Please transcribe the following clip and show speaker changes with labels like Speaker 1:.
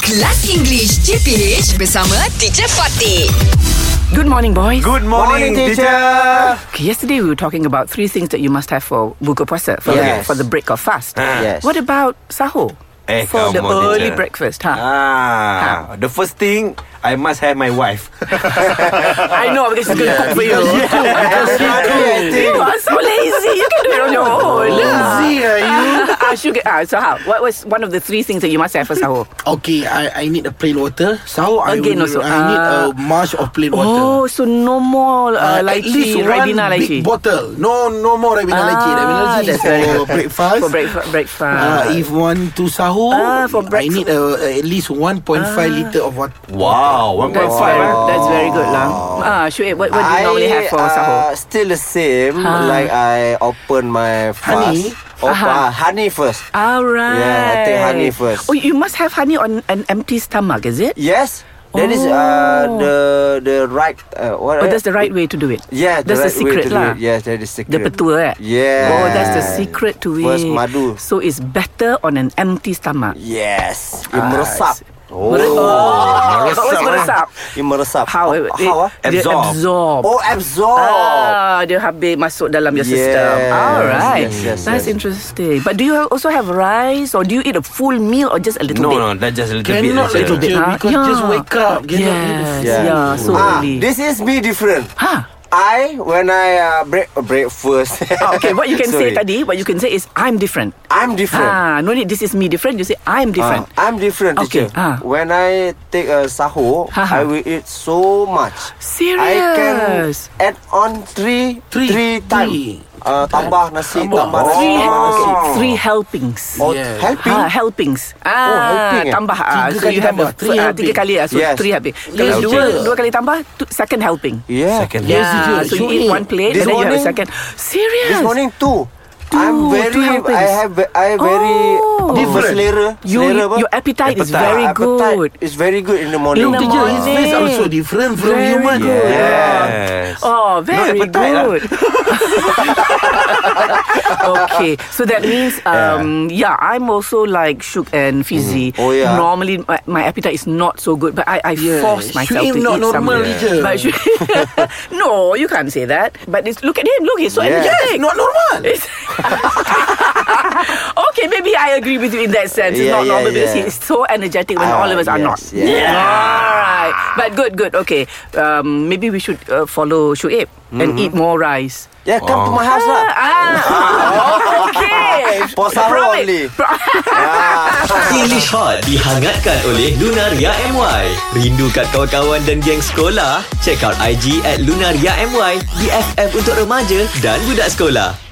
Speaker 1: Kelas English CPH bersama Teacher Fatih.
Speaker 2: Good morning, boys.
Speaker 3: Good morning, teacher.
Speaker 2: Okay, yesterday we were talking about three things that you must have for buka puasa, for,
Speaker 3: Yes.
Speaker 2: the, for the break of fast.
Speaker 3: Yes.
Speaker 2: What about sahur?
Speaker 3: Eh,
Speaker 2: for the
Speaker 3: come on,
Speaker 2: early
Speaker 3: teacher.
Speaker 2: breakfast, huh?
Speaker 3: Ah, the first thing I must have my wife.
Speaker 2: I know because it's going to cook for you.
Speaker 3: Because she cook.
Speaker 2: You are so lazy. You can do it on your own. Lazy are you? ah, sugar. Ah, so how? What was one of the three things that you must have for sahur?
Speaker 4: Okay, I I need a plain water. So I
Speaker 2: Again
Speaker 4: will,
Speaker 2: also,
Speaker 4: I need a
Speaker 2: uh,
Speaker 4: mash of plain water.
Speaker 2: Oh, so no more uh,
Speaker 4: at
Speaker 2: lychee,
Speaker 4: least one
Speaker 2: ribena lychee.
Speaker 4: big bottle. No, no more
Speaker 2: Ah,
Speaker 4: ribena lychee. Ribena lychee is
Speaker 2: that's very
Speaker 4: for breakfast.
Speaker 2: for breakfast. breakfast.
Speaker 4: Uh, if want to sahur,
Speaker 2: Ah, for Ah.
Speaker 4: I need uh, at least 1.5 liter of water.
Speaker 3: Wow, one point
Speaker 2: That's,
Speaker 3: five.
Speaker 2: very,
Speaker 3: eh?
Speaker 2: that's very good lah. Ah, Shuib, what, what do you
Speaker 5: I,
Speaker 2: normally have for sahur?
Speaker 5: Uh, still the same.
Speaker 2: Ha.
Speaker 5: Like I open my fast.
Speaker 4: Honey?
Speaker 5: Open,
Speaker 2: Aha.
Speaker 5: honey first.
Speaker 2: All right.
Speaker 5: Yeah, I take honey first.
Speaker 2: Oh, you must have honey on an empty stomach, is it?
Speaker 5: Yes. That is uh,
Speaker 2: Oh.
Speaker 5: the the right. Uh,
Speaker 2: Oh,
Speaker 5: what?
Speaker 2: that's the right way to do it.
Speaker 5: Yeah,
Speaker 2: that's the
Speaker 5: right way
Speaker 2: secret
Speaker 5: to do
Speaker 2: lah.
Speaker 5: it. Yes, that is
Speaker 2: The
Speaker 5: secret.
Speaker 2: petua, eh?
Speaker 5: Yeah.
Speaker 2: Oh, that's the secret to it.
Speaker 5: First madu.
Speaker 2: So it's better on an empty stomach.
Speaker 5: Yes. You
Speaker 2: Ah,
Speaker 5: meresap.
Speaker 2: Oh, meresap. What's meresap?
Speaker 5: You meresap.
Speaker 2: How? It,
Speaker 5: eh? How? ah?
Speaker 2: Dia
Speaker 3: Absorb.
Speaker 2: absorb.
Speaker 5: Oh, absorb.
Speaker 2: Ah, dia habis masuk dalam your
Speaker 5: Yes,
Speaker 2: system. All right.
Speaker 5: yes, yes,
Speaker 2: That's
Speaker 5: yes.
Speaker 2: interesting. But do you have- also have rice or do you eat a full meal or just a little
Speaker 3: No,
Speaker 2: bit?
Speaker 3: no, that's just a little bit.
Speaker 4: Cannot
Speaker 3: teacher.
Speaker 4: little bit.
Speaker 2: Ah,
Speaker 4: because just wake up. Cannot
Speaker 2: Yes,
Speaker 4: eat the
Speaker 2: yeah.
Speaker 5: food.
Speaker 2: so
Speaker 5: ah,
Speaker 2: early.
Speaker 5: this is me different.
Speaker 2: Ha.
Speaker 5: I when I uh, break breakfast.
Speaker 2: Ah, okay, what you can say
Speaker 5: Sorry.
Speaker 2: tadi, what you can say is I'm different.
Speaker 5: I'm different.
Speaker 2: Ah, no need. This is me different. You say I'm different.
Speaker 5: Ah, I'm different,
Speaker 2: Okay,
Speaker 5: teacher.
Speaker 2: ah.
Speaker 5: When I take a sahur,
Speaker 2: Ha, ha.
Speaker 5: I will eat so much.
Speaker 2: Serious.
Speaker 5: I can add on three,
Speaker 4: Three.
Speaker 5: three
Speaker 4: Three.
Speaker 5: times. Uh, tambah nasi,
Speaker 4: Tambah.
Speaker 5: tambah nasi.
Speaker 2: Three,
Speaker 5: tambah nasi.
Speaker 2: okay, three helpings.
Speaker 5: Oh,
Speaker 4: Yeah.
Speaker 5: helping.
Speaker 2: Ah, helpings. Ah,
Speaker 5: helping, eh?
Speaker 2: tambah. Ah, so
Speaker 4: Tiga kali
Speaker 2: you have
Speaker 4: tambah,
Speaker 2: a,
Speaker 4: three
Speaker 2: ah,
Speaker 4: helping.
Speaker 2: tiga kali. Ah, so
Speaker 5: Yes.
Speaker 2: three helping. Kalau
Speaker 4: Yes,
Speaker 2: dua,
Speaker 4: teacher.
Speaker 2: dua kali tambah, two, second helping.
Speaker 5: Yeah.
Speaker 3: Second.
Speaker 4: Yes,
Speaker 2: yeah,
Speaker 4: teacher.
Speaker 2: so you
Speaker 4: You
Speaker 2: eat
Speaker 4: eat.
Speaker 2: one plate and
Speaker 5: This
Speaker 2: then you have a
Speaker 5: morning-
Speaker 2: second. Serious?
Speaker 5: This morning two. I'm
Speaker 2: Two,
Speaker 5: very,
Speaker 2: two helpings.
Speaker 5: I have, I very
Speaker 2: Oh.
Speaker 4: Different.
Speaker 5: Selera,
Speaker 2: You-
Speaker 5: selera apa?
Speaker 2: your appetite is very
Speaker 5: Ah,
Speaker 2: good.
Speaker 5: Appetite is very good in the morning.
Speaker 2: In the
Speaker 4: Teacher, his
Speaker 2: morning.
Speaker 4: face also different from
Speaker 2: Very
Speaker 4: human.
Speaker 2: good.
Speaker 3: Yes.
Speaker 2: Oh, very
Speaker 3: appetite
Speaker 5: eh?
Speaker 3: lah.
Speaker 2: good. okay, so that means, um, yeah. I'm also like shook and fizzy.
Speaker 5: Oh, yeah.
Speaker 2: Normally, my, my appetite is not so good, but I, I force myself to
Speaker 4: Shuib not
Speaker 2: eat
Speaker 4: normal,
Speaker 2: something.
Speaker 4: teacher.
Speaker 2: But Shu- no, you can't say that. But it's, look at him. Look, he's so
Speaker 5: Yeah.
Speaker 2: energetic.
Speaker 4: Not normal.
Speaker 2: It's- okay, maybe I agree with you in that sense. It's
Speaker 5: Yeah,
Speaker 2: not
Speaker 5: yeah,
Speaker 2: normal because
Speaker 5: yeah.
Speaker 2: he's so energetic when
Speaker 5: Ah,
Speaker 2: all of us are
Speaker 5: yes,
Speaker 2: not.
Speaker 5: yeah.
Speaker 2: All right. But good, good. Okay. Um, maybe we should uh, follow Shuib
Speaker 5: Mm-hmm.
Speaker 2: and eat more rice.
Speaker 5: Yeah, come to my
Speaker 2: Oh.
Speaker 5: house lah.
Speaker 2: Ah, okay.
Speaker 5: For sahur
Speaker 2: Promise-
Speaker 5: only.
Speaker 2: pro-
Speaker 6: English Hot dihangatkan oleh Lunaria MY. Rindu kat kawan-kawan dan geng sekolah? Check out IG at Lunaria MY, BFF untuk remaja dan budak sekolah.